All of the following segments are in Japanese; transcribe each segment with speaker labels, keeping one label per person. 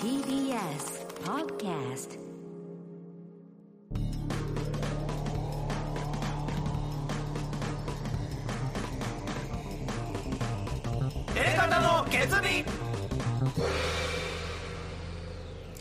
Speaker 1: TBS Podcast
Speaker 2: エレカタの決意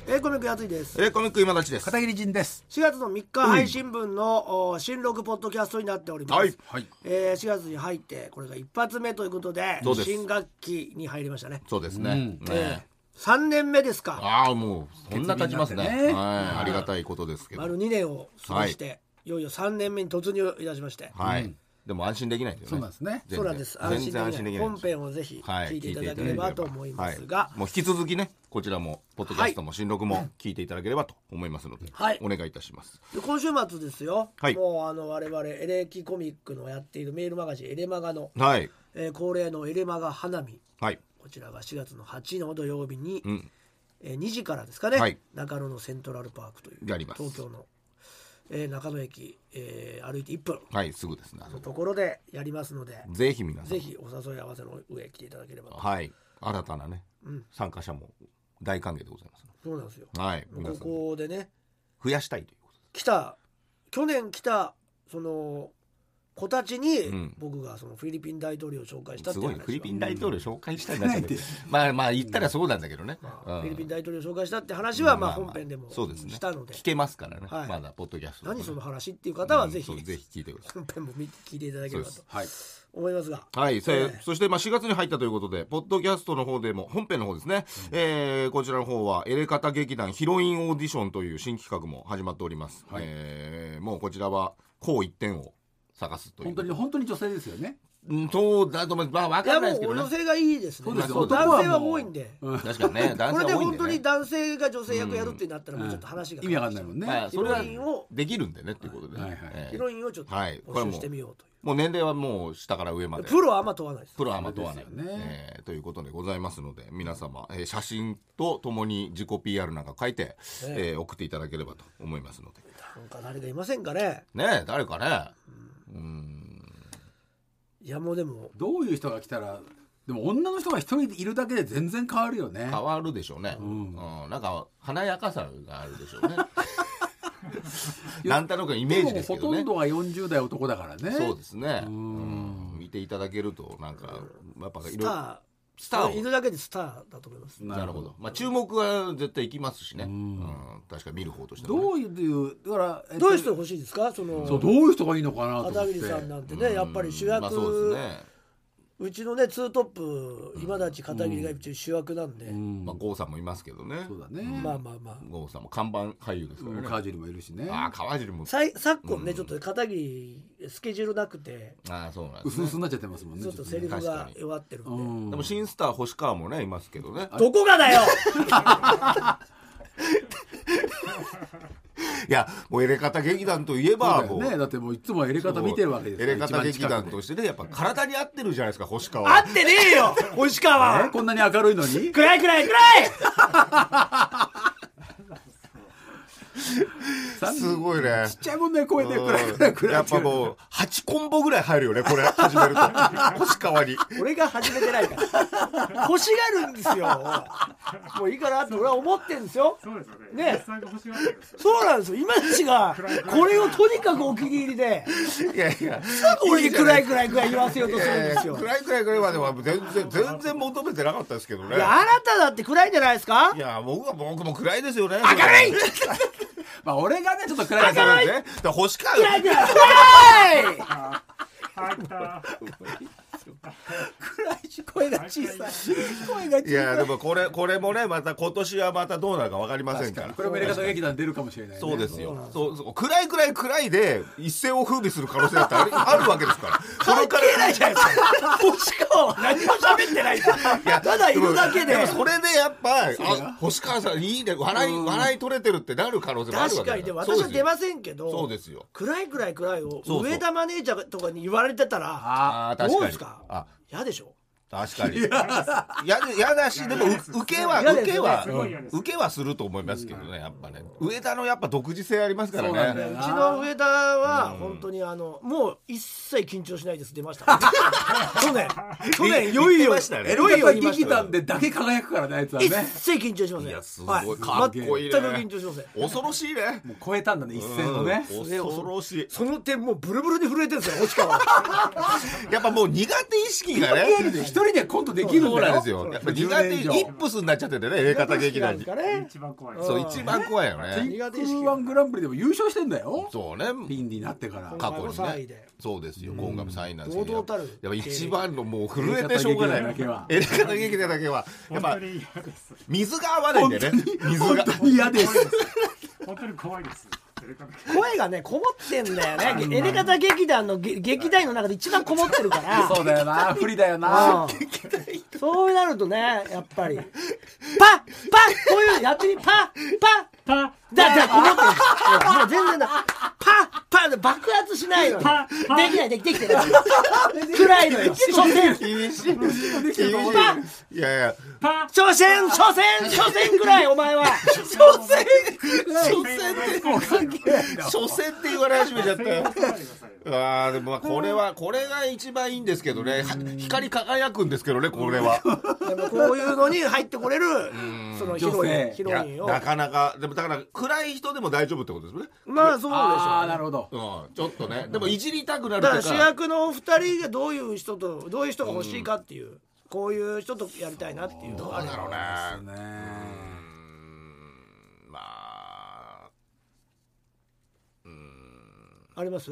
Speaker 3: えー、コミックやついです
Speaker 4: エレコミック今立ちです。
Speaker 5: 片桐仁です。
Speaker 3: 4月の3日配信分の、お新録ポッドキャストになっております、
Speaker 4: はい
Speaker 5: はい。
Speaker 3: えー、4月に入ってこれが一発目ということで
Speaker 4: そうです
Speaker 3: 新学期に入りましたね、
Speaker 4: そうですね。ね
Speaker 3: えー、3年目ですか
Speaker 4: ああ、もう、そんな経ちますね。
Speaker 5: 決意になってね
Speaker 4: はい。ありがたいことですけど。
Speaker 3: 丸2年を過ごして、、
Speaker 4: はい
Speaker 3: よいよ3年目に突入いたしまして、
Speaker 4: はい。でも安心できないですよね。
Speaker 5: そうなんですね
Speaker 4: 全然
Speaker 3: そうなんです安
Speaker 4: 全
Speaker 3: 心
Speaker 4: 然安
Speaker 3: できな
Speaker 4: 心で
Speaker 3: い
Speaker 4: きない。
Speaker 3: 本編をぜひ
Speaker 4: は
Speaker 3: 聞いていただければと思いますが、
Speaker 4: はいもう引き続きね、こちらも、ポッドキャストも新録も聞いていただければと思いますので、
Speaker 3: はい
Speaker 4: お願いいたします。
Speaker 3: で今週末ですよ、
Speaker 4: はい
Speaker 3: もうあの我々エレキコミックのやっているメールマガジンエレマガの、
Speaker 4: はい。
Speaker 3: えー恒例のエレマガ花見
Speaker 4: はい。
Speaker 3: こちらが4月の8の土曜日に、
Speaker 4: うん。
Speaker 3: えー2時からですかね、
Speaker 4: はい
Speaker 3: 中野のセントラルパークという
Speaker 4: やります
Speaker 3: 東京の、えー中野駅、えー歩いて1分
Speaker 4: はい、すぐですね。
Speaker 3: のところでやりますので、
Speaker 4: ぜひ皆さん。
Speaker 3: ぜひお誘い合わせの上来ていただければと、
Speaker 4: はい。新たなね、参加者も大歓迎でございます。
Speaker 3: そうなんですよ、
Speaker 4: はい。皆
Speaker 3: こ
Speaker 4: さん、
Speaker 3: こでね
Speaker 4: 増やしたいということで
Speaker 3: 来た去年来たその子たちに
Speaker 4: ん
Speaker 3: 僕がそのフィリピン大統領を紹介したっ
Speaker 4: す
Speaker 3: ていう
Speaker 4: ごい
Speaker 3: 話
Speaker 4: ね
Speaker 3: は
Speaker 4: フィリピン大統領紹介したい なってまあまあ言ったらそうなんだけどね、う
Speaker 3: フィリピン
Speaker 4: ん
Speaker 3: 大統領を紹介したって話はまあ本編でも
Speaker 4: そうですね
Speaker 3: したので
Speaker 4: 聞けますからね、
Speaker 3: はい
Speaker 4: まだポッドキャストとかね
Speaker 3: 何その話っていう方はぜひ
Speaker 4: うんそうぜ
Speaker 3: 本
Speaker 4: ひ聞いてくださ
Speaker 3: 編も見て聞いていただければ
Speaker 4: そ
Speaker 3: と
Speaker 4: う
Speaker 5: はい。
Speaker 3: 思いますが
Speaker 4: いはい、せ
Speaker 3: ええ
Speaker 4: そしてまあ4月に入ったということでポッドキャストの方でも本編の方ですね、えーこちらの方はエレカタ劇団ヒロインオーディションという新企画も始まっております、えーもうこちらはこう一点を探すという
Speaker 5: 本当に、本当に女性ですよね。
Speaker 4: うんそうだと思いますまあ
Speaker 3: い
Speaker 4: 分か
Speaker 3: や
Speaker 4: んない
Speaker 3: も
Speaker 4: ですけ
Speaker 3: う
Speaker 4: ど
Speaker 3: 女
Speaker 4: ね
Speaker 3: 性がいいですね
Speaker 5: そう
Speaker 4: ですよ
Speaker 3: まあ
Speaker 4: 男は
Speaker 5: も
Speaker 3: 男
Speaker 5: う
Speaker 3: 性は多いんで
Speaker 5: うん
Speaker 4: 確かにね男
Speaker 3: これ
Speaker 4: 性
Speaker 3: で
Speaker 4: 多いん
Speaker 3: 本
Speaker 4: で、ね、
Speaker 3: 当に男性が女性役やるってなったらもうちょっと話が
Speaker 5: 意味わかんないもんね。
Speaker 4: まあ、それ
Speaker 3: ヒロイン
Speaker 4: は
Speaker 3: を
Speaker 4: できるんでねっていうことで、ね
Speaker 5: はいはい
Speaker 4: ええ
Speaker 3: ヒロインをちょっと
Speaker 4: はいこ
Speaker 3: 募
Speaker 4: れはも
Speaker 3: 集し
Speaker 4: う
Speaker 3: てみようという
Speaker 4: もう年齢はもう下から上まで
Speaker 3: プロはあんま問わないです
Speaker 4: プロはまあ問わない、
Speaker 5: そうですよね
Speaker 4: えーということでございますので皆様、えー写真とともに自己 PR なんか書いて、えー送っていただければと思いますので
Speaker 3: なんか誰かいませんかね
Speaker 4: ねえ誰かね
Speaker 3: いやもうでも
Speaker 5: どういう人が来たら、でも女の人が一人いるだけで全然変わるよね。
Speaker 4: 変わるでしょうね、うんなんか華やかさがあるでしょうねなんとなくイメージですけど
Speaker 5: もほと
Speaker 4: ね
Speaker 5: んどが40代男だからね。
Speaker 4: そうですねうん見ていただけるとなんかやっぱい
Speaker 3: ス
Speaker 4: ろいろ
Speaker 3: ター
Speaker 4: スターを
Speaker 3: いるだけでスターだと思います
Speaker 4: なるほど。まあ注目は絶対いきますしね。うん確か見る方としてもね。
Speaker 5: どういう、だから、えっと
Speaker 3: どういう人欲しいですかその
Speaker 5: そう、どういう人がいいのかなと
Speaker 3: 片
Speaker 5: 思って
Speaker 3: 桐。さんなんてねやっぱり主役、
Speaker 4: まあそうですね。
Speaker 3: うちのねツートップ今立ち片桐が一応主役なんで、
Speaker 4: まあ郷さんもいますけどね
Speaker 5: そ。うだね。
Speaker 3: まあまあまあ
Speaker 4: 郷さんも看板俳優ですか
Speaker 5: うん
Speaker 4: らね。
Speaker 5: 川尻もいるしね。
Speaker 4: ああ川尻も。
Speaker 3: さい昨今ね、ちょっと片桐スケジュールなくて
Speaker 4: ああそうなんで
Speaker 5: う
Speaker 4: す
Speaker 5: すう
Speaker 4: ね。
Speaker 5: すになっちゃってますもんね。
Speaker 3: ちょっと
Speaker 5: ね
Speaker 3: セリフ
Speaker 4: 確か
Speaker 3: が
Speaker 4: に
Speaker 3: 弱ってるんで、
Speaker 5: うん
Speaker 4: でも新スター星川もねいますけどね。
Speaker 3: どこがだよ
Speaker 4: いやもうエレカタ劇団といえ
Speaker 5: そ
Speaker 4: ば
Speaker 5: うだ
Speaker 4: も
Speaker 5: よ
Speaker 4: う。
Speaker 5: ね。だってもういつもエレ
Speaker 4: そう
Speaker 5: 方見てるわけです
Speaker 4: エ
Speaker 5: から
Speaker 4: レカタ劇
Speaker 5: 一番
Speaker 4: 団
Speaker 5: 近くで
Speaker 4: としてねやっぱ体に合ってるじゃないですか星川は。
Speaker 3: 合ってねえよ星
Speaker 5: え
Speaker 3: 川
Speaker 5: こんなに明るいのに
Speaker 3: 暗い暗い暗い
Speaker 4: すごいね
Speaker 5: ちっ。ちゃいもんね、声で
Speaker 4: うん
Speaker 5: 暗い暗い暗い。
Speaker 4: やっぱもう8コンボぐらい入るよねこれ始める と星川に。
Speaker 3: 俺が始めてないから欲しがるんですよもういいかなって俺は思ってんですよ
Speaker 6: そうですよね。
Speaker 3: ね
Speaker 6: 実際が欲しがってるんですよ。
Speaker 3: そうなんですよ今立ちがこれをとにかくお気に入りで
Speaker 4: いやいや。
Speaker 3: 俺に暗い暗い暗い言わせようとするんですよ
Speaker 4: いやいや暗い暗い暗いまでは全然全然求めてなかったですけどね
Speaker 3: いやあなただって暗いんじゃないですか
Speaker 4: いや僕は僕も暗いですよね
Speaker 3: 明るい
Speaker 5: まあ俺がね、ちょっと暗いか
Speaker 4: だ
Speaker 5: ら。
Speaker 4: からねだから星川
Speaker 3: 暗い暗い暗い
Speaker 6: 入った。
Speaker 5: 暗いし、声が小さい。声が小さい。
Speaker 4: いやでもこれこれもねまた今年はまたどうなるかわかりませんから
Speaker 5: これもエレ方劇団出るかもしれないね。
Speaker 4: そうですよそうそう暗い暗い暗いで一世を風靡する可能性だってあるあるわけです からそれから
Speaker 3: ないじゃないですか星川は何も喋ってないからただいるだけで
Speaker 4: もそれでやっぱあ星川さんいいね笑い笑い取れてるってなる可能性もある
Speaker 3: 確
Speaker 4: わけ
Speaker 3: か
Speaker 4: だ
Speaker 3: にでも
Speaker 4: ら
Speaker 3: 私は出ま
Speaker 4: ん
Speaker 3: せんけど
Speaker 4: そうですよ
Speaker 3: 暗い暗い暗いを
Speaker 4: そうそう
Speaker 3: 上田マネージャーとかに言われてたら
Speaker 5: あ
Speaker 4: あー確かに
Speaker 3: どうですか
Speaker 4: あ
Speaker 3: 嫌でしょ
Speaker 4: 確かに。やで、やだし、でも、う受けは、
Speaker 3: 嫌です
Speaker 4: 受
Speaker 3: ね
Speaker 4: けは
Speaker 6: すごい嫌で、す
Speaker 4: 受けはすると思いますけどね、やっぱね。上田のやっぱ独自性ありますから
Speaker 5: そうなんだ
Speaker 4: ね。
Speaker 5: よ
Speaker 3: う
Speaker 5: な
Speaker 3: ちの上田は本当にあのもう一切緊張しないです出ました 去年去年いよい
Speaker 4: 言って
Speaker 3: よ
Speaker 4: ましたね
Speaker 5: エ
Speaker 3: い
Speaker 5: ロ
Speaker 3: よ
Speaker 5: い
Speaker 3: いよ
Speaker 5: よ
Speaker 3: 言いまし
Speaker 5: 劇
Speaker 3: たよ
Speaker 5: 団でだけ輝くからねあいつは
Speaker 3: 一
Speaker 5: ね
Speaker 3: 切緊張しません
Speaker 4: いや、す
Speaker 3: は
Speaker 4: ごい、かっこいい
Speaker 3: 全く緊
Speaker 4: ね。
Speaker 3: 張しません
Speaker 4: 恐ろしいね。
Speaker 5: もう超えたんだね一線をね、
Speaker 4: うん恐ろしい。
Speaker 3: その点もうブルブルに震えてるんですよ星川は
Speaker 4: やっぱもう苦手意識がね。
Speaker 5: 一人でコントできるん
Speaker 4: そうな
Speaker 5: だ
Speaker 4: ん
Speaker 5: よ
Speaker 4: ですよ。やっぱ苦
Speaker 5: 10
Speaker 4: 手、
Speaker 5: 年以上
Speaker 4: イップスになっちゃっててね、入れ方劇団に
Speaker 3: 苦手。意識なんです
Speaker 6: 一番怖い。
Speaker 4: そう、一番怖いよね。
Speaker 3: 苦手意識が
Speaker 5: Q1 グランプリでも優勝してんだよ
Speaker 4: そうね。
Speaker 5: ピンになってから
Speaker 4: 過去
Speaker 3: 今回も3
Speaker 4: に
Speaker 3: 位
Speaker 4: ね
Speaker 3: で。
Speaker 4: そうですよ。今回も3位なんです
Speaker 3: 堂々たる
Speaker 4: やっぱ一番のもう震えてしょうがない。エ
Speaker 5: エ
Speaker 4: レカタ劇団だけは。やっ
Speaker 6: 本
Speaker 4: ぱ
Speaker 6: 当に嫌です。
Speaker 4: 水が合わないんだよね。水が
Speaker 5: 本。当に嫌です
Speaker 6: 本当に怖いです。テレカの
Speaker 3: 声がねこもってんだよねエレガタ劇団のげ劇団員の中で一番こもってるから
Speaker 5: そうだよな不利だよな
Speaker 3: うんそうなるとねやっぱりパッパッこういうのやってみパッパッ
Speaker 6: パ
Speaker 3: だだこもってるもう全然だパッパッで爆発しないのよ
Speaker 6: パッパッ
Speaker 3: できないできてない暗いのよ所詮
Speaker 4: 厳しい。厳しい。いやいや。
Speaker 6: パ
Speaker 3: 所詮所詮所詮ぐらいお前は
Speaker 4: 所詮所詮
Speaker 6: 関
Speaker 4: って
Speaker 6: 係ない。
Speaker 4: 所詮って言われ始めちゃったよ。
Speaker 6: こ
Speaker 4: ああでもまあこれはこれが一番いいんですけどねは光り輝くんですけどねこれは
Speaker 3: でもこういうのに入ってこれるそのヒロイン
Speaker 5: 女性
Speaker 3: ヒ
Speaker 4: い
Speaker 3: ロ
Speaker 4: や
Speaker 3: インを
Speaker 4: なかなかでもだから暗い人でも大丈夫ってことですよね
Speaker 3: まあそうでしょうね
Speaker 5: ああなるほど
Speaker 4: うんちょっとねでもいじりたくなると
Speaker 3: だか
Speaker 4: から
Speaker 3: 主役のお二人がどういう人とどういう人が欲しいかっていう、こういう人とやりたいなっていうのがあ
Speaker 4: な
Speaker 3: る
Speaker 4: んだろうね
Speaker 5: ね
Speaker 4: まあ
Speaker 3: あります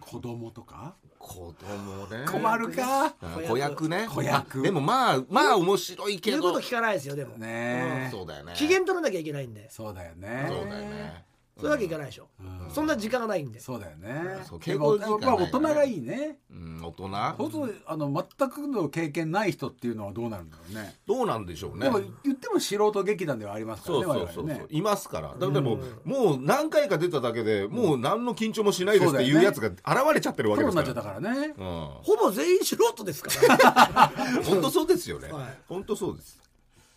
Speaker 5: 子供とか
Speaker 4: 子供ね
Speaker 5: 困るか
Speaker 4: うん子役ね
Speaker 5: 子役
Speaker 4: でもまあまあ面白いけ
Speaker 3: 言う
Speaker 4: ど
Speaker 3: こと聞かないですよでも、
Speaker 5: ね
Speaker 4: そうだよね
Speaker 3: 機嫌取らなきゃいけないんで
Speaker 5: そうだよね
Speaker 4: そうだよね
Speaker 3: それだけいかないでしょ、そんな時間がないんで
Speaker 5: そうだよね
Speaker 4: そう
Speaker 5: 結構
Speaker 4: 結構時間
Speaker 5: まあ
Speaker 4: ない
Speaker 5: 大人がいいね
Speaker 4: うん大
Speaker 5: そう
Speaker 4: 人
Speaker 5: するとあの全くの経験ない人っていうのはどうなるんだろうね
Speaker 4: どうなんでしょうね
Speaker 5: でも言っても素人劇団ではありますか
Speaker 4: そ
Speaker 5: ら
Speaker 4: う
Speaker 5: ね
Speaker 4: そうそう
Speaker 5: 我々
Speaker 4: そう
Speaker 5: ね
Speaker 4: いますからだからもうもう何回か出ただけでもう何の緊張もしないですってい
Speaker 5: そう
Speaker 4: う
Speaker 5: だよ
Speaker 4: や
Speaker 5: ね
Speaker 4: つが現れちゃってるわ
Speaker 5: プ
Speaker 4: け
Speaker 5: ロ
Speaker 4: で
Speaker 5: に
Speaker 4: す
Speaker 5: な
Speaker 4: か
Speaker 5: っちゃった
Speaker 4: ら
Speaker 5: からね
Speaker 4: うん
Speaker 3: ほぼ全員素人です から
Speaker 4: 本当そうですよね
Speaker 3: はい
Speaker 4: 本当そうです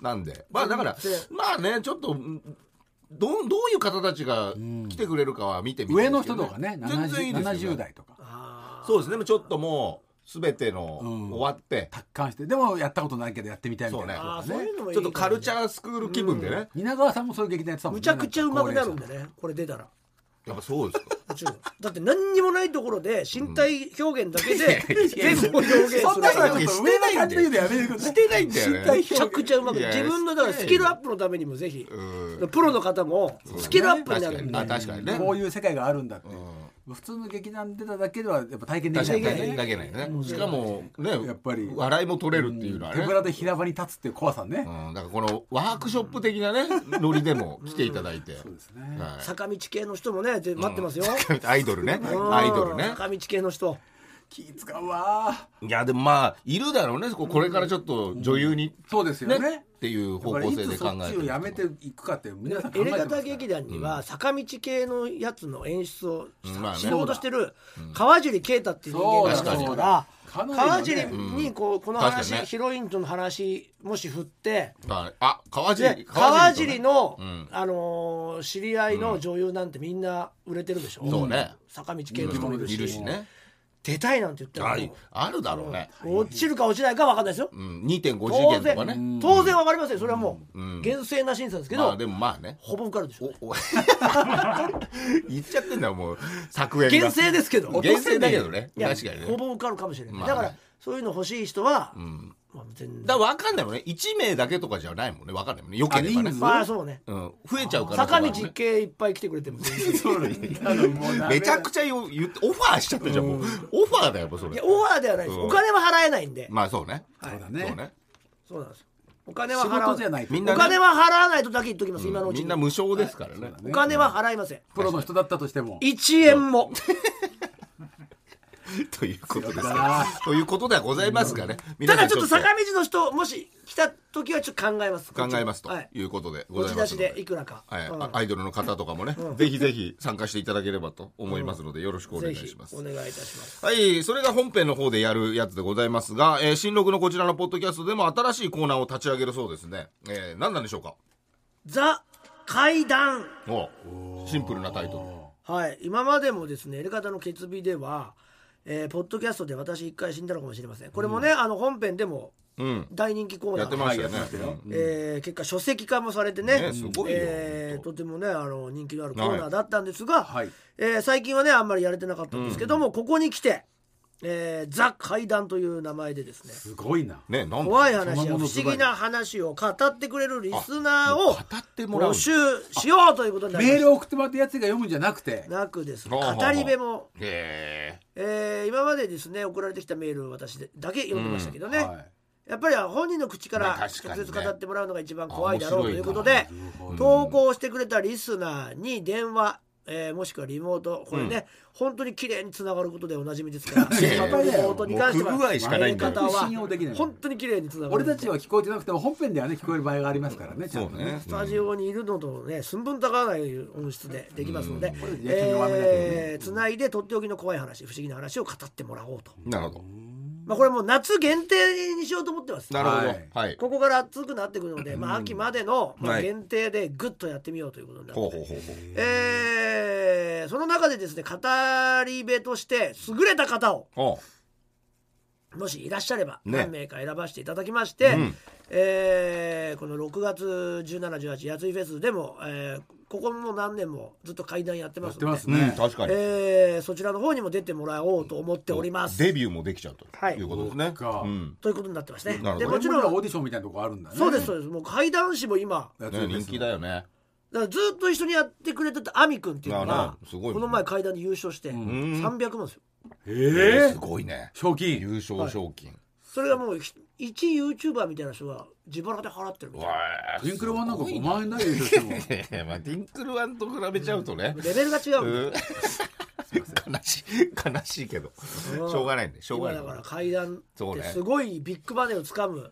Speaker 4: なんでまあだから
Speaker 3: 全然
Speaker 4: まあねちょっとうんどうどういう方たちが来てくれるかは見てみたい
Speaker 5: 上
Speaker 4: で
Speaker 5: の
Speaker 4: すけ
Speaker 5: 人
Speaker 4: ど
Speaker 5: とかね
Speaker 4: 全然いい
Speaker 5: 70,
Speaker 4: ですよ
Speaker 5: 70代とか
Speaker 4: そうですねでもちょっともう全ての
Speaker 5: うん
Speaker 4: 終わって
Speaker 5: 達観してでもやったことないけどやってみたいみたいな人
Speaker 3: あ
Speaker 5: が
Speaker 3: ーそういうのもいい
Speaker 4: ちょっとカルチ
Speaker 3: ー
Speaker 4: ャースクール気分でね
Speaker 5: 蜷川さんもそういう劇団やってたもんね
Speaker 3: むちゃくちゃうまくなるん
Speaker 5: だ
Speaker 3: でねこれ出たら
Speaker 4: やっぱそうですか
Speaker 3: もちろんだって何にもないところで身体表現だけで全部表現する
Speaker 5: そんな人はちょっと上の感じで言うのやめてくださいしてない
Speaker 4: んだよね
Speaker 3: めちゃくちゃうまく
Speaker 4: いや
Speaker 3: 自分のだからスキルアップのためにもぜひ
Speaker 4: う
Speaker 3: プロの方もスキルアップになるんで
Speaker 4: あ確かにね
Speaker 5: こういう世界があるんだっていう普通の劇団出ただけではやっぱ体験でき
Speaker 4: 確
Speaker 5: な
Speaker 4: か
Speaker 5: い
Speaker 4: にね
Speaker 5: からね
Speaker 4: だけないねしかもね
Speaker 5: やっぱり
Speaker 4: 笑いも取れるっていうのはね
Speaker 5: 手ぶらで平場に立つっていう怖さね
Speaker 4: うん、だからこのワークショップ的なねノリでも来ていただいて、そうですね、
Speaker 3: 坂道系の人もねぜ待ってますよ
Speaker 4: アイドルね
Speaker 3: うん
Speaker 4: アイドルね
Speaker 3: 坂道系の人
Speaker 5: 気使うわー
Speaker 4: いやでもまあいるだろうねここれからちょっと女優に、
Speaker 5: そうですよ
Speaker 4: ね
Speaker 5: ね
Speaker 4: っていう
Speaker 5: だ
Speaker 4: 方
Speaker 5: から
Speaker 4: 向
Speaker 5: い
Speaker 4: 性
Speaker 5: つ
Speaker 4: で
Speaker 5: そ
Speaker 4: 考
Speaker 5: っ
Speaker 4: え
Speaker 5: ち
Speaker 4: て
Speaker 5: を
Speaker 4: る
Speaker 5: やめていくかって皆さん考
Speaker 3: エ
Speaker 5: えて
Speaker 3: レ
Speaker 5: ます
Speaker 3: ガ
Speaker 5: から
Speaker 3: タ劇 団には坂道系のやつの演出をし,、
Speaker 4: まあね
Speaker 3: ようとしてる川尻啓太っていう人間
Speaker 5: そ
Speaker 3: がい
Speaker 5: うだ
Speaker 3: ます
Speaker 5: そ
Speaker 3: か
Speaker 5: うだ
Speaker 3: ら
Speaker 5: かなりのね
Speaker 3: 川尻にこうこの
Speaker 4: 確
Speaker 3: 話、
Speaker 4: かにね
Speaker 3: ヒロインとの話もし振って
Speaker 4: ああ川
Speaker 3: で
Speaker 4: 尻
Speaker 3: 川
Speaker 4: とね
Speaker 3: 尻の、
Speaker 4: ん
Speaker 3: あのー知り合いの女優なんてみんな売れてるでしょ、
Speaker 4: そうね
Speaker 3: 坂道系の人もいるし
Speaker 4: いるしね
Speaker 3: 出たいなんて言った
Speaker 4: あ
Speaker 3: らもう
Speaker 4: あるだろうね、
Speaker 3: 落ちるか落ちないか分かんないですよ
Speaker 4: うん、2.5
Speaker 3: 当
Speaker 4: 次元とか
Speaker 3: 然、
Speaker 4: ね
Speaker 3: 当然分かりませんよそれはもう厳正な審査ですけど、
Speaker 4: まあでもまあね
Speaker 3: ほぼ受かるでしょうね
Speaker 4: お 言っちゃってんだよもう作演が
Speaker 3: 厳正ですけど
Speaker 4: 厳正だけどね
Speaker 3: いや
Speaker 4: 確かにね
Speaker 3: ほぼ受かるかもしれない、
Speaker 4: まあね
Speaker 3: だからそういうの欲しい人は、まあ、全然
Speaker 4: だから分かんないもんね1名だけとかじゃないもんね分かんないもんねよければ
Speaker 5: あ人
Speaker 4: ね
Speaker 5: 数、
Speaker 3: まあそうね
Speaker 4: うん、増えちゃうから
Speaker 3: 坂道系いっぱい来てくれても 全然
Speaker 4: めちゃくちゃよ言ってオファーしちゃってじゃんもうオファーだよやっぱそ
Speaker 3: い
Speaker 4: れ
Speaker 3: やオファーではないです、
Speaker 4: うん
Speaker 3: お金は払えないんで、
Speaker 4: まあそうね
Speaker 5: そうだ
Speaker 4: そう
Speaker 5: ね
Speaker 4: ね
Speaker 3: そうなんですよお金は
Speaker 5: 仕
Speaker 3: 払わ
Speaker 5: 事じゃないと
Speaker 4: みん
Speaker 3: お
Speaker 4: なね
Speaker 3: 金は払わないとだけ言っときます、今のうち
Speaker 4: み
Speaker 3: に
Speaker 4: んな無償ですからね
Speaker 3: お金は払いません
Speaker 5: プロの人だったとしても
Speaker 3: 1円も
Speaker 4: ということです
Speaker 5: 強気だな
Speaker 4: がということではございますがね
Speaker 3: た
Speaker 4: 皆さ
Speaker 3: だ
Speaker 4: ん
Speaker 3: ち ょっと坂道の人もし来た時はちょっと考えます
Speaker 4: 考えますと
Speaker 3: はい
Speaker 4: いうことでご
Speaker 3: 持
Speaker 4: ざい
Speaker 3: ち
Speaker 4: ま
Speaker 3: 出
Speaker 4: す
Speaker 3: し
Speaker 4: ので
Speaker 3: でいくらか、
Speaker 4: はい、
Speaker 3: うん
Speaker 4: あアイドルの方とかもね、ぜひぜひ参加していただければと思いますので、よろしくお願
Speaker 3: ぜ
Speaker 4: い
Speaker 3: ひ
Speaker 4: します
Speaker 3: お。願いいたします
Speaker 4: はい、それが本編の方でやるやつでございますが、えー新録のこちらのポッドキャストでも新しいコーナーを立ち上げるそうですね。えー何なんでしょうか
Speaker 3: ザ階段
Speaker 4: おシンプルなタイトル。
Speaker 3: はい今までもですね「エレカタの決日」では、えーポッドキャストで私一回死んだのかもしれませんこれもね、あの本編でも
Speaker 4: うん
Speaker 3: 大人気コーナー
Speaker 4: やってましたよね
Speaker 5: はいやってましたよ。
Speaker 3: えー結果書籍化もされてね
Speaker 4: ねすごいよ
Speaker 3: えー
Speaker 4: ほ
Speaker 3: とてもねあの人気のあるコーナーだったんですが、
Speaker 5: はい
Speaker 3: えー最近はねあんまりやれてなかったんですけども、ここに来て「えーザ・怪談」という名前でですね
Speaker 5: すごいな。
Speaker 4: ね、なんで
Speaker 3: 怖い話や
Speaker 5: そ
Speaker 3: 不
Speaker 5: のもの
Speaker 3: 思
Speaker 5: ズバ
Speaker 3: 議
Speaker 5: リ
Speaker 3: な話を語ってくれるリスナーを
Speaker 4: 語ってもらう
Speaker 3: 募
Speaker 4: んだ
Speaker 3: 集しようということになりま
Speaker 5: メー
Speaker 3: し
Speaker 5: ルを送ってもらったやつが読むんじゃなくて
Speaker 3: た。なくですね
Speaker 4: ほうほうほ
Speaker 3: 語
Speaker 4: う
Speaker 3: り部も、
Speaker 4: へ
Speaker 3: えー今までですね送られてきたメールを私だけ読んでましたけどね、
Speaker 5: はい
Speaker 3: やっぱり本人の口から
Speaker 4: まあ
Speaker 3: 直
Speaker 4: 確かにね
Speaker 3: 接語ってもらうのが一番怖いだろう
Speaker 4: あ
Speaker 3: と
Speaker 4: 面
Speaker 3: い
Speaker 4: 白いうな
Speaker 3: ことで
Speaker 5: なるほ
Speaker 3: 投稿してくれたリスナーに電話、えーもしくはリモートこれね、本当に綺麗につながることでおなじみですから
Speaker 4: いやいや
Speaker 3: リモートに関しては
Speaker 4: もう不具合しかないんだよ
Speaker 3: やり方は
Speaker 5: 信用できない
Speaker 3: 本当に綺麗につながる
Speaker 5: 俺たちは聞こえてなくても本編ではね聞こえる場合がありますからね。ち
Speaker 4: そ
Speaker 5: ゃ
Speaker 4: うん
Speaker 5: と
Speaker 4: ね。
Speaker 3: スタジオにいるのとね寸分たがわない音質でできますので
Speaker 5: これ野球の場面だけどね
Speaker 3: えーつないでとっておきの怖い話不思議な話を語ってもらおうと、
Speaker 4: なるほど。
Speaker 3: まあ、これもう夏限定にしようと思ってます
Speaker 4: なるほど。は
Speaker 5: はいい。
Speaker 3: ここから暑くなってくるので、まあ、秋までの、ま
Speaker 4: は
Speaker 3: あ、
Speaker 4: い
Speaker 3: 限定でグッとやってみようということになって、
Speaker 4: ほうほうほうほう。
Speaker 3: えーその中でですね語り部として優れた方を
Speaker 4: おう
Speaker 3: もしいらっしゃれば
Speaker 4: ね
Speaker 3: 何名か選ばせていただきまして、
Speaker 4: うん
Speaker 3: えーこの6月1718やついフェスでも、えーここも何年もずっと会談やってま
Speaker 5: やっ
Speaker 3: す
Speaker 5: て
Speaker 3: の
Speaker 5: ま
Speaker 3: です
Speaker 4: うん、
Speaker 5: ね。
Speaker 4: 確かに。
Speaker 3: えーそちらの方にも出てもらおうと思っております。
Speaker 4: デビューもできちゃうと
Speaker 3: はい
Speaker 4: いうことですね。
Speaker 5: そっか
Speaker 4: うん。
Speaker 3: ということになってますね。
Speaker 4: なるほど
Speaker 3: で
Speaker 5: も
Speaker 3: も
Speaker 5: ち
Speaker 3: ち
Speaker 5: ろん
Speaker 3: ろ
Speaker 5: オ
Speaker 3: ん
Speaker 5: ーディションみたいなとこあるんだね。
Speaker 3: そうですそうですもう怪談師も今
Speaker 5: やつです
Speaker 4: ね、人気だよね。
Speaker 3: だからずっと一緒にやってくれてたアミ君っていうの
Speaker 4: なあな
Speaker 3: が
Speaker 4: あすごいね
Speaker 3: この前怪談で優勝して
Speaker 4: ん
Speaker 3: 300万ですよ
Speaker 5: ええ
Speaker 4: す。ごいね。
Speaker 5: 賞金。
Speaker 4: 優勝賞金。
Speaker 3: それがもうひ一 YouTuber みたいな人が自腹で払ってるみたいな
Speaker 4: わー
Speaker 5: ジンクルマンなんか5万円だよ優勝 しても。
Speaker 4: いやいやまあ、ティンクルワンと比べちゃうとね、
Speaker 3: レベルが違
Speaker 4: う
Speaker 3: うんだ
Speaker 4: ん悲しい、悲しいけど、しょうがないんで、しょうが
Speaker 3: 今
Speaker 4: ない
Speaker 3: だから怪談
Speaker 4: そう
Speaker 3: っ
Speaker 4: ね
Speaker 3: てすごいビッグバネをつかむ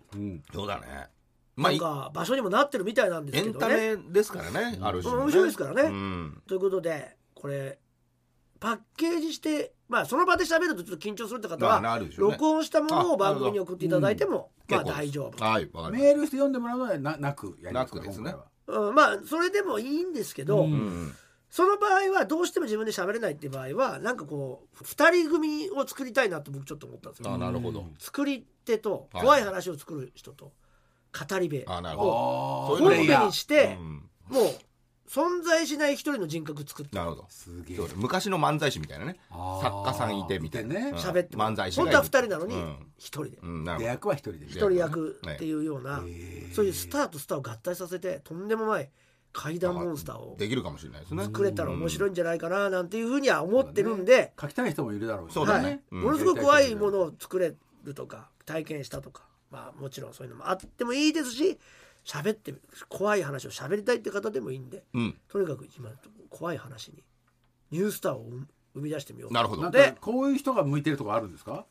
Speaker 4: そうだね。まあ、
Speaker 3: なん
Speaker 4: い
Speaker 3: か場所にもなってるみたいなんです
Speaker 4: エ
Speaker 3: け
Speaker 4: ン
Speaker 3: ど
Speaker 4: タ
Speaker 3: ね
Speaker 4: メですからね、ある種のね。
Speaker 3: 面白いですから
Speaker 4: う
Speaker 3: ね
Speaker 4: ん。
Speaker 3: ということでこれパッケージしてまあその場で喋るとちょっと緊張するって方
Speaker 4: まあな
Speaker 3: は
Speaker 4: るでしょうね
Speaker 3: 録音したもの
Speaker 4: あ
Speaker 3: を番組に送っていただいてもまあ
Speaker 4: 結構です
Speaker 3: 大丈夫
Speaker 4: はい、わかりまし
Speaker 5: メールして読んでもらうのはななくやりますか
Speaker 4: なくですね
Speaker 5: 今回は
Speaker 3: うん、まあそれでもいいんですけど、
Speaker 4: た。うん。
Speaker 3: その場合はどうしても自分で喋れないっていう場合はなんかこう2人組を作りたいなって僕ちょっと思ったんです
Speaker 4: あ、
Speaker 3: よ
Speaker 4: なるほど。
Speaker 3: 作り手と
Speaker 4: はい
Speaker 3: 怖い話を作る人と語り部
Speaker 4: あ、なるほど。
Speaker 5: あ
Speaker 4: そうい
Speaker 5: あ。
Speaker 3: 本
Speaker 4: うのも
Speaker 5: プレイ
Speaker 3: 編
Speaker 5: ヤ
Speaker 3: に
Speaker 5: ー
Speaker 3: して
Speaker 4: うん
Speaker 3: もう存在しない一人の人格作って
Speaker 4: なるほど。
Speaker 5: すげえ
Speaker 4: そ。う昔の漫才師みたいなね
Speaker 5: あー
Speaker 4: 作家さんいてみたいな
Speaker 5: ね
Speaker 4: うん
Speaker 3: 喋っても
Speaker 4: 漫才師がい
Speaker 3: 本
Speaker 4: る
Speaker 3: 当は2人なのに
Speaker 4: うん
Speaker 3: 1人で
Speaker 4: うんなる
Speaker 5: 出
Speaker 4: ほど
Speaker 5: 役は一人で。
Speaker 3: 1人役っていうような
Speaker 5: え
Speaker 3: そういうスターとスターを合体させてとんでもない怪談モンスターを
Speaker 4: できるかもしれないですね
Speaker 3: 作れたら面白いんじゃないかななんていうふうには思ってるんで、
Speaker 5: 書きたい人もいるだろうし。
Speaker 4: そう
Speaker 3: は
Speaker 4: だ
Speaker 3: い
Speaker 4: ねうん
Speaker 3: ものすごく怖いものを作れるとか体験したとか、まあ、もちろんそういうのもあってもいいですし喋ってみる怖い話を喋りたいって方でもいいんで、
Speaker 4: うん
Speaker 3: とにかく今怖い話にニュースターを生生み出してみよう
Speaker 4: なるほど
Speaker 5: なん
Speaker 3: で
Speaker 5: かこういう人が向いてるとこあるんですか？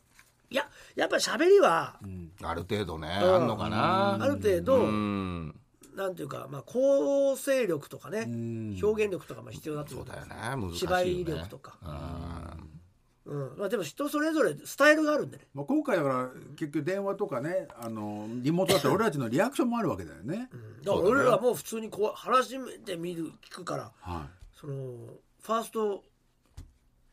Speaker 3: いややっぱり喋りは
Speaker 4: ある程度ね
Speaker 3: うん
Speaker 4: あんのかな
Speaker 3: ある程度
Speaker 4: うん
Speaker 3: なんていうか、まあ、構成力とかね
Speaker 5: ん
Speaker 3: 表現力とかも必要だと
Speaker 4: そ
Speaker 3: 思
Speaker 4: う
Speaker 3: うん
Speaker 4: だ
Speaker 3: で
Speaker 4: よ
Speaker 3: す
Speaker 4: ね難しいよ
Speaker 3: 芝
Speaker 4: ね
Speaker 3: 居力とか、
Speaker 4: うん
Speaker 3: うんまあ、でも人それぞれスタイルがあるんでね
Speaker 5: まあ、今回だから結局電話とかねあのリモートだったら俺たちのリアクションもあるわけだよね、
Speaker 3: だから俺らはもう普通にこう話してみる聞くから
Speaker 5: は
Speaker 3: そのファースト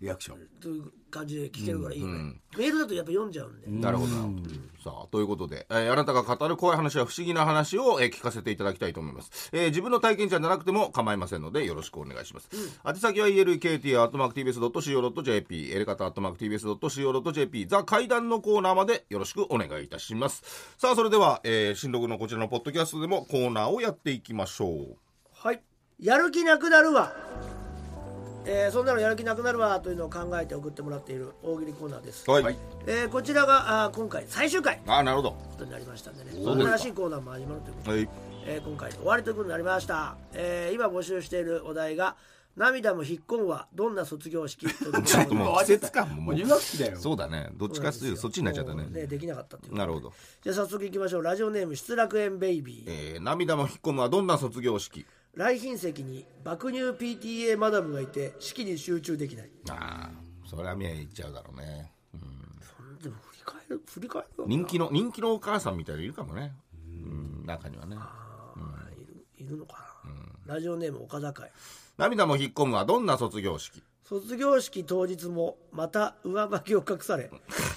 Speaker 5: いリアクション
Speaker 3: という感じで聞けるからいいよね、メールだとやっぱ読んじゃうんで、
Speaker 4: なるほどなるほどさあということで、えーあなたが語る怖い話や不思議な話を、えー聞かせていただきたいと思います、えー自分の体験者じゃなくても構いませんのでよろしくお願いします、宛先は elkt.mactvs.co.jp エレカタ .mactvs.co.jp ザ階段のコーナーまでよろしくお願いいたしますさあそれでは、えー新録のこちらのポッドキャストでもコーナーをやっていきましょう
Speaker 3: はいやる気なくなるわ、えーそんなのやる気なくなるわというのを考えて送ってもらっている大喜利コーナーです、
Speaker 4: はい、
Speaker 3: えーこちらがあー今回最終回という
Speaker 4: ああなるほど
Speaker 3: ことになりましたんでね
Speaker 4: そうです
Speaker 3: 新
Speaker 4: か
Speaker 3: しいコーナーも始まるということで
Speaker 4: はい
Speaker 3: えー今回で終わりということになりました、えー今募集しているお題が涙も引っ込むはどんな卒業式ということで
Speaker 4: ちょっともう季節感も
Speaker 5: も
Speaker 4: も
Speaker 5: う
Speaker 4: う
Speaker 5: 入学式だよ
Speaker 4: そうだねどっちかというとそっちになっちゃった
Speaker 3: もう
Speaker 4: ね
Speaker 3: できなかったっていう
Speaker 4: なるほど、
Speaker 3: じゃあ早速いきましょうラジオネーム失楽園ベイビー、
Speaker 4: えー、涙も引っ込むはどんな卒業式
Speaker 3: 来賓席に爆乳 PTA マダムがいて式に集中できない
Speaker 4: ああそれは宮行っちゃうだろうね
Speaker 3: でも振り返る振り返るよ
Speaker 4: 人気の人気のお母さんみたいのいるかもねうん中にはね
Speaker 3: いるいるのかな、ラジオネーム岡田会
Speaker 4: 涙も引っ込むはどんな卒業式
Speaker 3: 卒業式当日もまた上履きを隠 され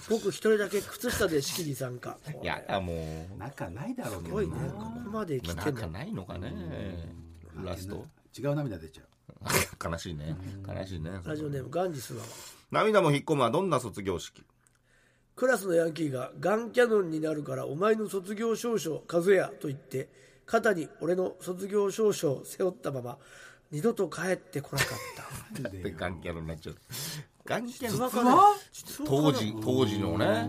Speaker 3: 僕一人だけ靴下で式に参加
Speaker 4: いやだもう
Speaker 5: 仲ないだろうけ
Speaker 3: すごい
Speaker 5: ど
Speaker 3: ねここまで来て
Speaker 4: なん
Speaker 3: ん
Speaker 4: か
Speaker 3: の
Speaker 4: ないのかねラスト
Speaker 5: 違う涙出ちゃう
Speaker 4: 悲しいね悲しいね
Speaker 3: ラジオネームガンジスは
Speaker 4: 涙も引っ込むはどんな卒業式
Speaker 3: クラスのヤンキーがガンキャノンになるからお前の卒業証書数えやと言って肩に俺の卒業証書を背負ったまま二度と帰ってこなかった
Speaker 4: ってガンキャノになっちゃうガンキャ
Speaker 3: 実話
Speaker 4: ノン
Speaker 3: かね実話か
Speaker 4: 当
Speaker 3: な
Speaker 4: 時当時のね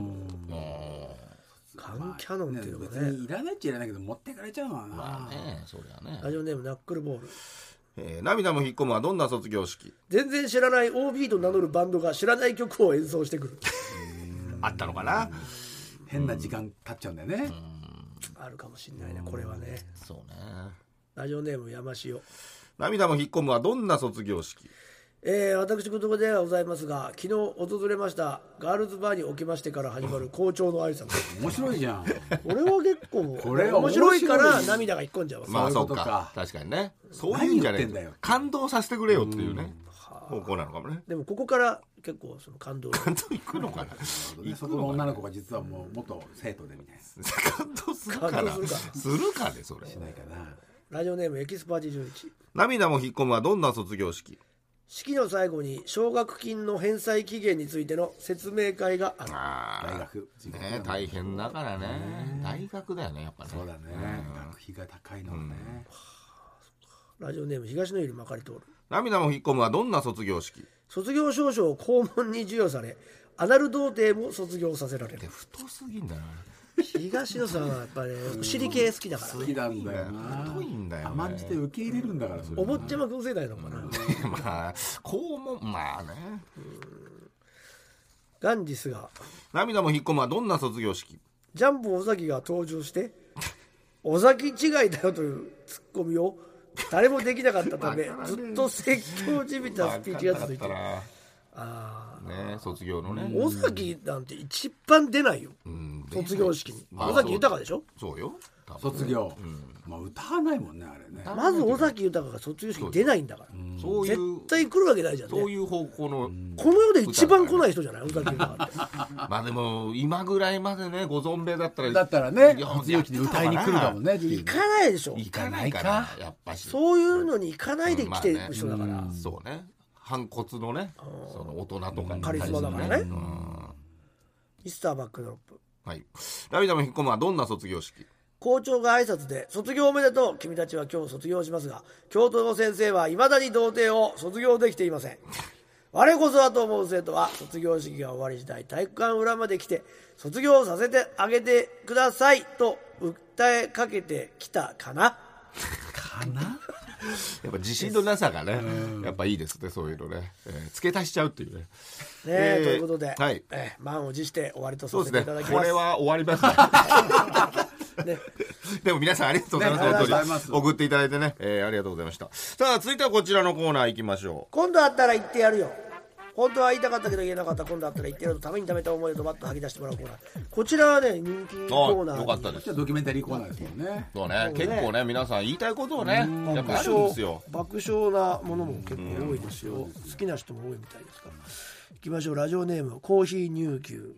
Speaker 3: ガンキャノンっていうのが
Speaker 5: 別
Speaker 3: ね
Speaker 5: にいらないっちゃいらないけど持ってかれちゃうわな
Speaker 4: ねえそりゃね
Speaker 3: ラジオネームナックルボール
Speaker 4: えー涙も引っ込むはどんな卒業式
Speaker 3: 全然知らない OB と名乗るバンドが知らない曲を演奏してくる
Speaker 4: あったのかな
Speaker 5: 変な時間経っちゃうんだよね
Speaker 3: あるかもしんないねこれはね
Speaker 4: そうね
Speaker 3: ラジオネーム山塩
Speaker 4: 涙も引っ込むはどんな卒業式
Speaker 3: えー、私事ではございますが昨日訪れましたガールズバーにおきましてから始まる校長の挨拶
Speaker 5: 面白いじゃん
Speaker 3: 俺は結構
Speaker 5: これ
Speaker 3: 面白いか
Speaker 5: 面白
Speaker 3: ら
Speaker 5: い
Speaker 3: 涙が引っ込んじゃうわ、
Speaker 4: まあ
Speaker 5: そ
Speaker 4: そう
Speaker 5: いう
Speaker 4: う
Speaker 5: ことか
Speaker 4: か確かにねそういうんじゃねえ
Speaker 5: 何言ってんだよ
Speaker 4: 感動させてくれよっていうね方向なのかもね
Speaker 3: でもここから結構その感動
Speaker 4: 感動行くのかな
Speaker 5: そこの女の子が実はもう元生徒でみたいなし
Speaker 4: 感動するかな
Speaker 3: 感動する
Speaker 4: するかねそれ
Speaker 5: ないかな
Speaker 3: ラジオネームエキスパーティ11
Speaker 4: 涙も引っ込むはどんな卒業式
Speaker 3: 式の最後に奨学金の返済期限についての説明会がある
Speaker 4: あ
Speaker 5: 大
Speaker 4: あ
Speaker 5: 学
Speaker 4: ね大変だからね大学だよねやっぱね
Speaker 5: そうだね学費が高いのはね
Speaker 3: ラジオネーム東の入りまかり通る
Speaker 4: 涙も引っ込むはどんな卒業式
Speaker 3: 卒業証書を校門に授与されアナル童貞も卒業させられる
Speaker 4: 太すぎんだよな
Speaker 3: 東野さんはやっぱり、ね、お尻系好きだから
Speaker 5: 好
Speaker 3: ね
Speaker 5: きなんだよな
Speaker 4: 太いんだよね
Speaker 5: 甘んじて受け入れるんだからそれ
Speaker 3: お坊ちゃま軍世代なのかな、
Speaker 4: まあ肛門まあね
Speaker 3: ガンジスが
Speaker 4: 涙も引っ込むはどんな卒業式
Speaker 3: ジャンボ尾崎が登場して「尾崎違いだよ」というツッコミを誰もできなかったためずっと説教じみたスピーチが続いてる
Speaker 4: ああね卒業のね
Speaker 3: 尾崎なんて一番出ないよ
Speaker 4: うん
Speaker 3: 卒業式に
Speaker 4: まあ
Speaker 3: 尾崎豊でしょ
Speaker 4: そうよ多分
Speaker 5: 卒業まあ歌わないもんねあれね
Speaker 3: まず尾崎豊が卒業式に出ないんだから
Speaker 4: そういう
Speaker 3: 絶対来るわけないじゃん、ね、
Speaker 4: そういう方向の
Speaker 3: この世で一番来ない人じゃない尾崎豊って
Speaker 4: まあでも今ぐらいまでねご存命だったら
Speaker 5: だったらね
Speaker 4: いや
Speaker 5: 卒業期に歌いに来るかもねっていう
Speaker 3: 行かないでしょ
Speaker 4: 行かないからやっぱし
Speaker 3: そういうのに行かないで来てる人だから、
Speaker 4: まあねそうね反骨のねその大人とかに
Speaker 3: カリスマだからね
Speaker 4: 対するうん
Speaker 3: ミスターバックドロップ
Speaker 4: はい涙も引っ込むはどんな卒業式
Speaker 3: 校長が挨拶で「卒業おめでとう君たちは今日卒業します が教頭の先生はいまだに童貞を卒業できていません」 「我こそはと思う生徒は卒業式が終わり次第体育館裏まで来て卒業させてあげてください」と訴えかけてきたかな
Speaker 4: やっぱ自信のなさがね、やっぱいいですね、そういうのね。えー付け足しちゃうっていうね。
Speaker 3: ねえ
Speaker 4: えー
Speaker 3: ということで、
Speaker 4: はい
Speaker 3: えー満を持して終わりとさ
Speaker 4: そう
Speaker 3: せ
Speaker 4: で
Speaker 3: てい
Speaker 4: す
Speaker 3: ただ
Speaker 4: ね。
Speaker 3: き
Speaker 4: こ
Speaker 3: ます
Speaker 4: れは終わりますね。
Speaker 3: ね
Speaker 4: でも皆さんありがとうございます、本
Speaker 5: ねありがとうござい
Speaker 4: 当
Speaker 5: ま
Speaker 4: に
Speaker 5: す
Speaker 4: 送っていただいてね、えーありがとうございましたさあ続いてはこちらのコーナー行きましょ
Speaker 3: 今度会ったら言ってやるよ本当は言いたかったけど言えなかった今度会ったら言ってやるのために貯めた思いをドバッと吐き出してもらうコーナーこちらはね人気
Speaker 4: う
Speaker 3: コーナー
Speaker 4: あ
Speaker 3: に
Speaker 4: よかったです
Speaker 5: ドキュメンタリーコーナーですもんね
Speaker 4: そうね結構ね皆さん言いたいことをねやっぱあるんですよ
Speaker 3: 爆笑なものも結構多いですよ、好きな人も多いみたいですから行きましょうラジオネームコーヒー乳牛、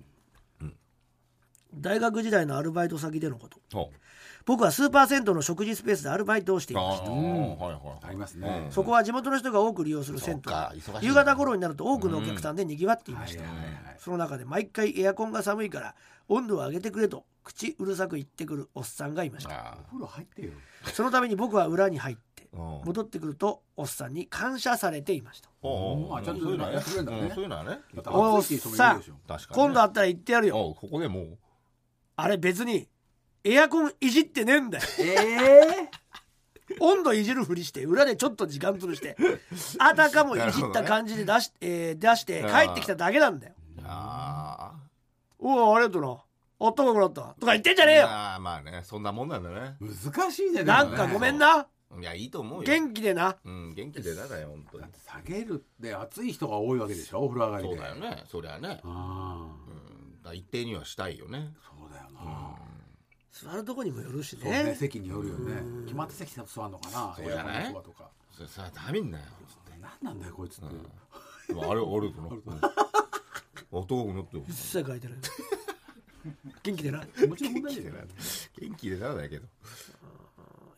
Speaker 3: 大学時代のアルバイト先でのこと
Speaker 4: そう
Speaker 3: 僕はスーパー銭湯の食事スペースでアルバイトをしてい
Speaker 4: あ
Speaker 3: まし
Speaker 4: あ
Speaker 3: た
Speaker 4: はいはい
Speaker 5: ありますね
Speaker 3: そこは地元の人が多く利用する銭
Speaker 4: そうか忙しい
Speaker 3: 湯夕方頃になると多くのお客さんでにぎわっていました、
Speaker 5: はいはいはい
Speaker 3: その中で毎回エアコンが寒いから温度を上げてくれと口うるさく言ってくるおっさんがいました
Speaker 4: あ
Speaker 5: お風呂入ってよ
Speaker 3: そのために僕は裏に入って
Speaker 4: うん
Speaker 3: 戻ってくるとおっさんに感謝されていました
Speaker 4: おうおう
Speaker 5: あちゃんと
Speaker 4: そういうのはね
Speaker 5: やってくれんだね
Speaker 4: うんそういうのはね
Speaker 5: だって
Speaker 3: おっ
Speaker 5: 暑いって人もい
Speaker 3: さ
Speaker 5: る
Speaker 3: ん
Speaker 5: でしょ
Speaker 4: 確かにね
Speaker 3: 今度会ったら言ってやるよ
Speaker 4: おうここでもう
Speaker 3: あれ別にエアコンいじってねえんだよ
Speaker 5: ええ
Speaker 3: 温度いじるふりして裏でちょっと時間潰してあたかもいじった感じ で出し,、えー出して帰ってきただけなんだよ
Speaker 4: あ
Speaker 3: うわありがとうなあったかくなったとか言ってんじゃねえ
Speaker 4: ー
Speaker 3: よ
Speaker 4: あーまあねそんなもんなんだね
Speaker 5: 難しいねでもね
Speaker 3: なんかごめんない
Speaker 4: やいいと思うよ
Speaker 3: 元気でな
Speaker 4: うん元気でだよ本当に
Speaker 5: だって下げるって暑い人が多いわけでしょお風呂上がり
Speaker 4: そう
Speaker 5: で
Speaker 4: だよねそりゃね、
Speaker 5: あ
Speaker 4: う
Speaker 5: あ
Speaker 4: ん、だから一定にはしたいよね
Speaker 5: そうだよな、
Speaker 3: 座るとこにもよるし
Speaker 5: そうね
Speaker 3: ね
Speaker 5: 席によるよね決まった席に座るのかな
Speaker 4: そうじゃない
Speaker 5: 親子のそばとか
Speaker 4: それさダメんなよ
Speaker 5: 何なんだよこいつって、
Speaker 4: でもあれあるとな男になってよ
Speaker 3: 一切書いて ない元気でな
Speaker 5: 気持ちの問題だよね
Speaker 4: 元気でなだけど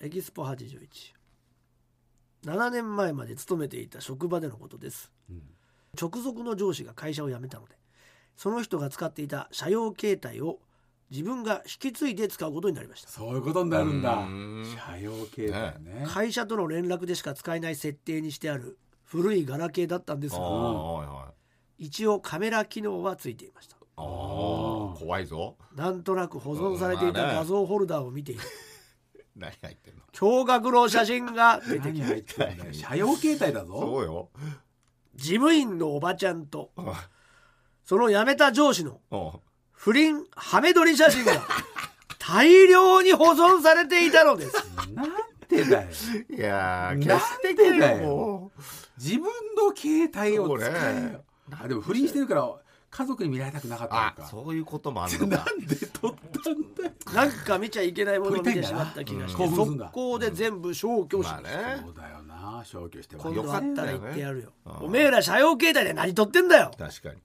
Speaker 3: エキスポ817年前まで勤めていた職場でのことです、直属の上司が会社を辞めたのでその人が使っていた社用携帯を自分が引き継いで使うことになりました
Speaker 5: そういうことになるんだ
Speaker 4: うん
Speaker 5: 車用系だよね
Speaker 3: 会社との連絡でしか使えない設定にしてある古いガラケーだったんです
Speaker 4: あ
Speaker 3: が
Speaker 4: あはいはい
Speaker 3: 一応カメラ機能はついていました
Speaker 4: ああ怖いぞ
Speaker 3: なんとなく保存されてい
Speaker 4: うんま
Speaker 3: た
Speaker 4: あね
Speaker 3: 画像フォルダを見ている
Speaker 4: 何入ってんの
Speaker 3: 驚愕の写真が出てき
Speaker 5: 何入ってんだよ車用携帯だぞ
Speaker 4: そうよ
Speaker 3: 事務員のおばちゃんと
Speaker 4: うん
Speaker 3: その辞めた上司の
Speaker 4: うん
Speaker 3: 不倫ハメ撮り写真が大量に保存されていたのです
Speaker 5: なんてだよ
Speaker 4: いやー消
Speaker 5: なん
Speaker 4: して
Speaker 5: で
Speaker 4: くれ
Speaker 5: だ
Speaker 4: よ
Speaker 5: よ
Speaker 4: もう
Speaker 5: 自分の携帯を使
Speaker 4: そう
Speaker 5: え
Speaker 4: ね
Speaker 5: よあでも不倫してるから家族に見られたくなかったの
Speaker 4: あ
Speaker 5: か
Speaker 4: そういうこともあるの
Speaker 5: な
Speaker 4: か
Speaker 5: んで撮ったんだよ
Speaker 3: なんか見ちゃいけないものを見てしまった気がして
Speaker 5: うん
Speaker 3: 速攻で全部消去し
Speaker 4: まあ
Speaker 3: ました
Speaker 4: ね
Speaker 5: そうだよな消去して
Speaker 3: 今度
Speaker 5: よ
Speaker 3: あ
Speaker 5: か
Speaker 3: った
Speaker 5: た
Speaker 3: ら
Speaker 5: よ
Speaker 3: 言ってやるよ
Speaker 4: うん
Speaker 3: おめえら社用携帯で何撮ってんだよ
Speaker 4: 確かに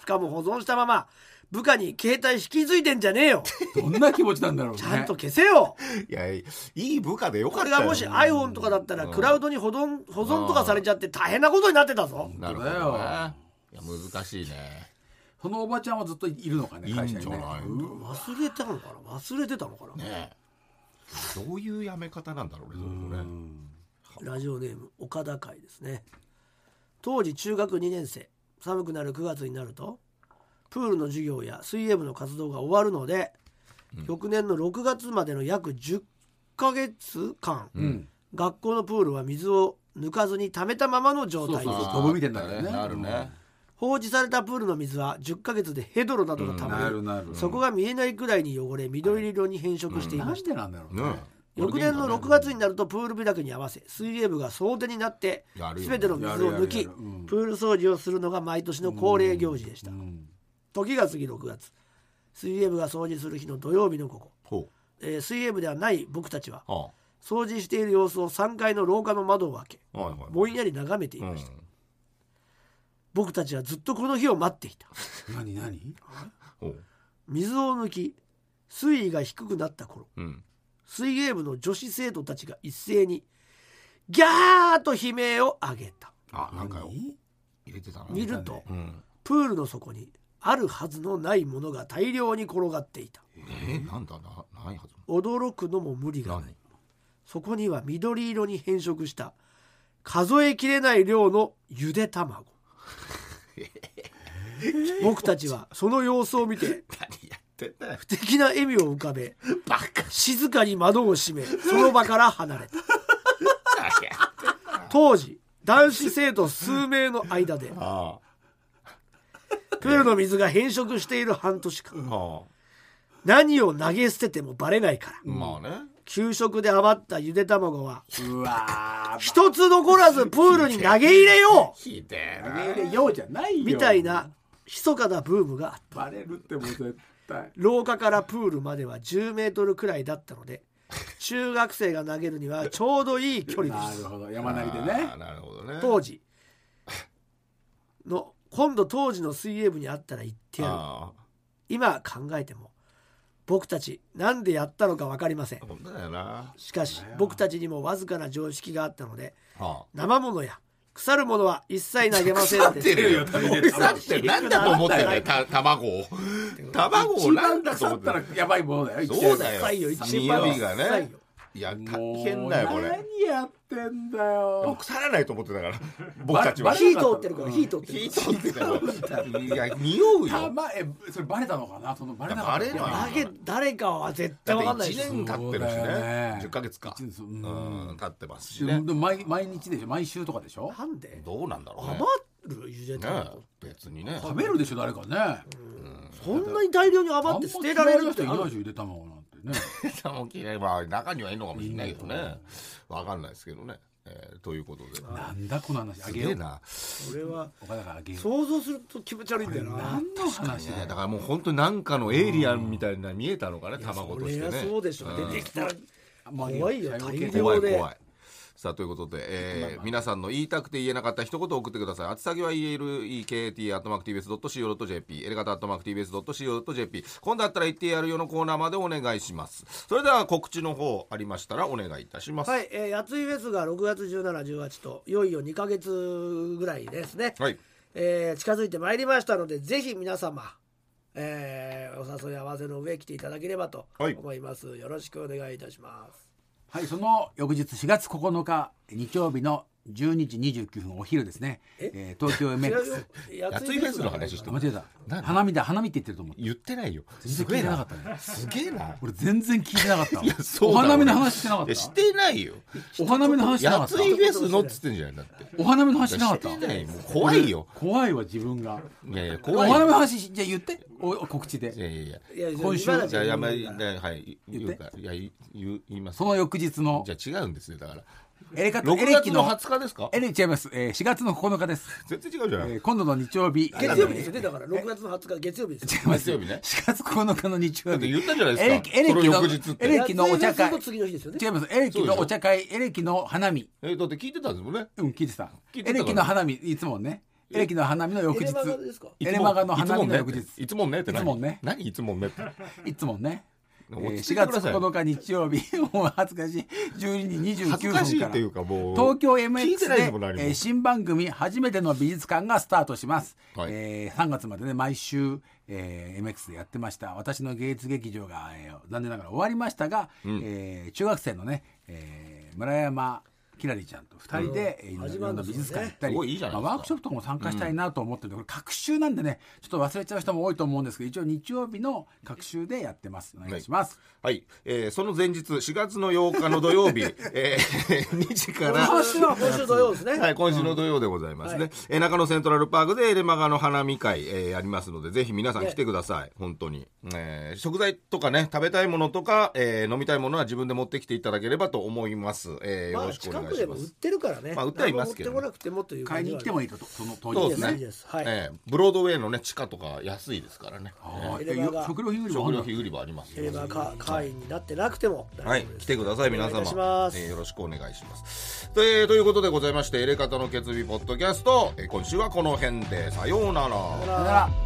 Speaker 3: しかも保存したまま部下に携帯引き継いでんじゃねえよ
Speaker 5: どんな気持ちなんだろうね
Speaker 3: ちゃんと消せよ
Speaker 4: いやいい部下でよ
Speaker 3: こ
Speaker 4: かった
Speaker 3: れ
Speaker 4: よ
Speaker 3: がもし iPhone とかだったら
Speaker 4: うん
Speaker 3: クラウドに保存保存とかされちゃって大変なことになってたぞ
Speaker 4: なるほどねいや難しいね
Speaker 5: そのおばちゃんはずっといるのかね
Speaker 4: いいん
Speaker 5: 会
Speaker 4: じ
Speaker 5: 社
Speaker 4: ゃ
Speaker 5: に
Speaker 4: ない
Speaker 5: ね
Speaker 3: 忘れたのかな忘れてたのかな
Speaker 4: ねえどういうやめ方なんだろうねそれもね
Speaker 3: ラジオネーム岡田会ですね当時中学2年生寒くなる9月になるとプールの授業や水泳部の活動が終わるので、翌年の6月までの約10ヶ月間、
Speaker 5: ん
Speaker 3: 学校のプールは水を抜かずに溜めたままの状態
Speaker 5: そ
Speaker 3: で
Speaker 5: う
Speaker 3: す
Speaker 5: そう飛ぶみたいになるよね
Speaker 4: なるね
Speaker 3: 放置されたプールの水は10ヶ月でヘドロなどが溜ま
Speaker 5: な
Speaker 3: り、
Speaker 5: るなる
Speaker 3: そこが見えないくらいに汚れ緑色に変色してい
Speaker 5: な
Speaker 3: ま
Speaker 5: ん
Speaker 3: した、
Speaker 5: でなんだろうね
Speaker 4: ねえ
Speaker 3: 翌年の6月になるとプール開きに合わせ水泳部が総出になって
Speaker 4: やるよ
Speaker 3: 全ての水を抜
Speaker 5: や
Speaker 3: き
Speaker 5: るやるやるうん
Speaker 3: プール掃除をするのが毎年の恒例行事でした
Speaker 5: ん
Speaker 3: 時が過ぎ6月水泳部が掃除する日の土曜日の午後、
Speaker 4: ほ
Speaker 3: えー水泳部ではない僕たちは
Speaker 4: うあ
Speaker 3: 掃除している様子を3階の廊下の窓を開け
Speaker 4: あはいはい
Speaker 3: ぼんやり眺めていました、僕たちはずっとこの日を待っていた
Speaker 5: 何何
Speaker 4: ほう
Speaker 3: 水を抜き水位が低くなった頃
Speaker 4: うん
Speaker 3: 水泳部の女子生徒たちが一斉にギャーと悲鳴を上げた
Speaker 4: あなんか入
Speaker 5: 何
Speaker 4: れてたな
Speaker 3: 見ると
Speaker 4: うん
Speaker 3: プールの底にあるはずのないものが大量に転がっていた
Speaker 4: えなんだなないはず
Speaker 3: 驚くのも無理がない
Speaker 4: 何
Speaker 3: そこには緑色に変色した数えきれない量のゆで卵僕たちはその様子を見て
Speaker 4: 何やってんだよ
Speaker 3: 不敵な笑みを浮かべ
Speaker 4: バカ
Speaker 3: 静かに窓を閉めその場から離れた
Speaker 4: だよ
Speaker 3: 当時男子生徒数名の間で
Speaker 4: あ
Speaker 3: プールの水が変色している半年間
Speaker 4: ああ
Speaker 3: 何を投げ捨ててもバレないから
Speaker 4: あまあね
Speaker 3: 給食で余ったゆで卵は
Speaker 5: うわー
Speaker 3: 一つ残らずプールに投げ入れよ
Speaker 4: ひでえ
Speaker 5: 投
Speaker 4: な
Speaker 5: げ入れようじゃないよ
Speaker 3: うみたいな密かなブームがあった
Speaker 5: バレるってもう絶対
Speaker 3: 廊下からプールまでは1 0メートルくらいだったので中学生が投げるにはちょうどいい距離
Speaker 5: な
Speaker 3: でし
Speaker 5: る
Speaker 3: た
Speaker 5: ほど山なりで
Speaker 4: あ
Speaker 5: ね
Speaker 4: ーなるほどね
Speaker 3: 当時の今度当時の水泳部にあったら言ってやる
Speaker 4: あ
Speaker 3: 今考えても僕たちなんでやったのか分かりません
Speaker 4: あ本当だよなあ
Speaker 3: しかし僕たちにもわずかな常識があったので
Speaker 4: あ
Speaker 3: 生ものや腐るものは一切投げませんでした
Speaker 4: るよ腐ってるなんだと思ってんだよた卵 を卵を
Speaker 5: 一
Speaker 4: なん
Speaker 5: 番
Speaker 4: だと
Speaker 5: 腐
Speaker 4: 思っ
Speaker 5: ってたらやばいものだよ
Speaker 4: そうだよ
Speaker 3: 臭いよ一番
Speaker 4: 匂いが
Speaker 3: 臭い
Speaker 4: ね
Speaker 3: よ
Speaker 4: いや大変だよこれ
Speaker 5: 何やってんだよ
Speaker 4: 腐らないと思ってたから僕たちは
Speaker 5: バ
Speaker 3: 火
Speaker 5: レ
Speaker 3: 通
Speaker 5: なかった
Speaker 3: ってるから火通ってる
Speaker 4: 火
Speaker 3: か
Speaker 4: 通ってたよいや匂う
Speaker 5: た
Speaker 4: よ
Speaker 5: まえそれバレたのかなそのバレなかった
Speaker 4: いやバレ
Speaker 3: ら
Speaker 4: ない
Speaker 3: 誰誰かは絶対
Speaker 4: だ
Speaker 3: 分か
Speaker 4: って
Speaker 3: んないで
Speaker 4: 1
Speaker 3: しょ
Speaker 4: 年経ってるし
Speaker 5: そ
Speaker 4: ね
Speaker 5: うだよね
Speaker 4: 10ヶ月か
Speaker 5: 一年そう
Speaker 4: う
Speaker 5: うん
Speaker 4: ん経ってますし
Speaker 5: で
Speaker 4: ね
Speaker 5: も毎毎日でしょ毎週とかでしょ
Speaker 3: なんで
Speaker 4: どうなんだろうね
Speaker 3: 余るゆで
Speaker 4: ね
Speaker 3: 卵
Speaker 4: 別にね
Speaker 5: 食べるでしょ誰かね
Speaker 3: そんなに大量に余って捨てられる人
Speaker 5: 人
Speaker 3: い
Speaker 5: い
Speaker 3: る
Speaker 5: ないでしょ入れ卵なんてね
Speaker 4: さもきれば中にはいいのかもしれないけどねわかんないですけどねえーということで
Speaker 5: なんだこの話あ
Speaker 4: す
Speaker 5: げ
Speaker 4: げ
Speaker 5: よ
Speaker 4: え
Speaker 5: う
Speaker 4: な
Speaker 3: 俺は
Speaker 5: 岡田があげよう
Speaker 3: 想像すると気持ち悪いんだよな
Speaker 5: 何の話
Speaker 4: ね
Speaker 5: だ
Speaker 4: だ
Speaker 5: よ
Speaker 4: からもう本当になんかのエイリアンみたいな見えたのかね卵としてね
Speaker 3: そりゃそうでしょ出てきたら
Speaker 5: もうあげよう
Speaker 3: 怖いよ
Speaker 5: 最後
Speaker 3: 大量
Speaker 5: 決定
Speaker 4: 怖い
Speaker 3: で
Speaker 4: 怖いさあということで、えー皆さんの言いたくて言えなかった一言を送ってください。あつ先は e l e k t a t m a c t b s c o j p エレガタ a t m a c t b s c o j p 今度あったら言ってやるよのコーナーまでお願いします。それでは告知の方ありましたらお願いいたします。
Speaker 3: はい、えー、やついフェスが6月1718といよいよ2か月ぐらいですね、
Speaker 4: はい
Speaker 3: えー近づいてまいりましたのでぜひ皆様、えーお誘い合わせの上来ていただければと
Speaker 4: はい
Speaker 3: 思います、よろしくお願いいたします
Speaker 5: はい、その翌日4月9日日曜日の12時29分お昼ですね。えー、東京 MX。
Speaker 3: 違うよ
Speaker 4: やついフェスの話して
Speaker 5: 間
Speaker 4: ま
Speaker 5: 違えた。花見だ、花見って言ってると思う。
Speaker 4: 言ってないよ。すげ
Speaker 5: 全然聞
Speaker 4: え
Speaker 5: いてなか
Speaker 4: な
Speaker 5: っ。たね。
Speaker 4: すげえな。
Speaker 5: 俺全然聞いてなかったわ。
Speaker 4: いやそう
Speaker 5: お
Speaker 4: だ
Speaker 5: 花見の話してなかっ
Speaker 4: いや
Speaker 5: た。
Speaker 4: してないよ。
Speaker 5: お花見の話してなか
Speaker 4: や
Speaker 5: っ
Speaker 4: ついフ
Speaker 5: た。
Speaker 4: ェスのっつってんじゃないだって。
Speaker 5: お花見の話してなかった。
Speaker 4: してないもう怖いよ。
Speaker 5: 怖いわ自分が。
Speaker 4: いやいや
Speaker 5: お
Speaker 4: 怖い
Speaker 5: 花見の
Speaker 4: よ。
Speaker 5: 話じゃあ言って。お告知
Speaker 4: い
Speaker 5: で。
Speaker 4: やいやいや。
Speaker 3: いや
Speaker 5: 今週
Speaker 3: 今だけ
Speaker 4: じゃあやめ
Speaker 3: 言うから
Speaker 4: ねはい言うかいや言う言います
Speaker 5: そ。の翌日の
Speaker 4: じゃあ違うんですよだから。
Speaker 5: エレカエ
Speaker 4: 6
Speaker 5: レ
Speaker 4: 月
Speaker 5: キ
Speaker 4: の
Speaker 5: の
Speaker 4: 20日ですか？
Speaker 5: エレ違います。えー、4月の9日です。
Speaker 4: 全然違うじゃ
Speaker 5: え
Speaker 4: ない。
Speaker 5: ー、今度の日曜日。
Speaker 3: 月曜日ですよねだから6月の20日月曜日ですよ
Speaker 4: 月曜日ね。
Speaker 5: 4月9日の日曜
Speaker 4: だって
Speaker 5: 日。
Speaker 4: 言ったじゃないですか
Speaker 5: エレキエレキの
Speaker 4: その翌日って
Speaker 5: エレキのお茶
Speaker 3: やつい
Speaker 5: 会
Speaker 3: フェスの。次の日ですよね
Speaker 5: 違います。エレキのお茶会、エレキの花見。
Speaker 4: えだって聞いてたんですもんね。
Speaker 5: うん、聞いてた。
Speaker 4: 聞いてた
Speaker 5: エレキの花見、いつもね。エレキの花見の翌
Speaker 3: エレ。
Speaker 5: 日
Speaker 3: マガですか
Speaker 5: エレマガの花見
Speaker 4: い
Speaker 5: の
Speaker 4: つも
Speaker 5: 翌
Speaker 4: ね
Speaker 5: 日。
Speaker 4: いつもねって何
Speaker 5: いつもね
Speaker 4: 何いつもねって。
Speaker 5: いつもね。えー
Speaker 4: 落ち着いてく
Speaker 5: 4月
Speaker 4: ださい
Speaker 5: 9日日曜日、 もう恥ずかしい。12時29分から。
Speaker 4: 恥ずかしいっていうかもう
Speaker 5: 東京
Speaker 4: 聞いてないですもん
Speaker 5: MX
Speaker 4: 何も
Speaker 5: で、えー新番組、初めての美術館がスタートします。
Speaker 4: はい
Speaker 5: えー3月までね、毎週、えー MX でやってました。私の芸術劇場が、えー残念ながら終わりましたが、えー中学生のね、えー村山、きらりちゃんと二人で、えーいろんな
Speaker 3: 始まるんですよね
Speaker 5: 美術館行ったり
Speaker 4: すごいいいじゃないですか
Speaker 5: まあワークショップとかも参加したいなと思ってるんで、これ各週なんでねちょっと忘れちゃう人も多いと思うんですけど一応日曜日の各週でやってますお願いします、
Speaker 4: はい、えー、その前日4月の8日の土曜日、えー、2時 から
Speaker 3: 今週は今週土曜ですね、
Speaker 4: はい、今週の土曜でございますね、えー中野セントラルパークでエレマガの花見会、えーやりますのでぜひ皆さん来てください、本当に、えー食材とかね食べたいものとか、えー飲みたいものは自分で持ってきていただければと思います、えーよ
Speaker 3: ま
Speaker 4: ろ
Speaker 3: あ
Speaker 4: しくお
Speaker 3: 近
Speaker 4: 願い
Speaker 3: く
Speaker 4: し
Speaker 3: でも
Speaker 4: ま
Speaker 3: 売っ
Speaker 4: す
Speaker 3: てるからね
Speaker 4: まあ売ってはいますけどね
Speaker 3: 何も持ってこなくてもという
Speaker 5: 買いに来てもいい
Speaker 3: と
Speaker 5: ととその当
Speaker 4: そう
Speaker 5: 日
Speaker 4: です
Speaker 3: い
Speaker 4: ね
Speaker 3: いですはい
Speaker 4: えーブロードウェイのね地下とか安いですからね、
Speaker 5: あ
Speaker 3: エレマ
Speaker 5: ー
Speaker 3: が
Speaker 5: 食料品売り場あ
Speaker 4: 食
Speaker 5: る
Speaker 4: 料
Speaker 5: んだ
Speaker 4: 費売り場あります
Speaker 3: エレバーか会員になってなくても
Speaker 4: は
Speaker 3: 大
Speaker 4: い
Speaker 3: 丈夫、で
Speaker 4: 来
Speaker 3: す
Speaker 4: てください皆様
Speaker 3: お願いいたします
Speaker 4: えーよろしくお願いしますと,、えーということでございまして「エレカタの決意ポッドキャスト」えー今週はこの辺でさようなら
Speaker 5: さよなら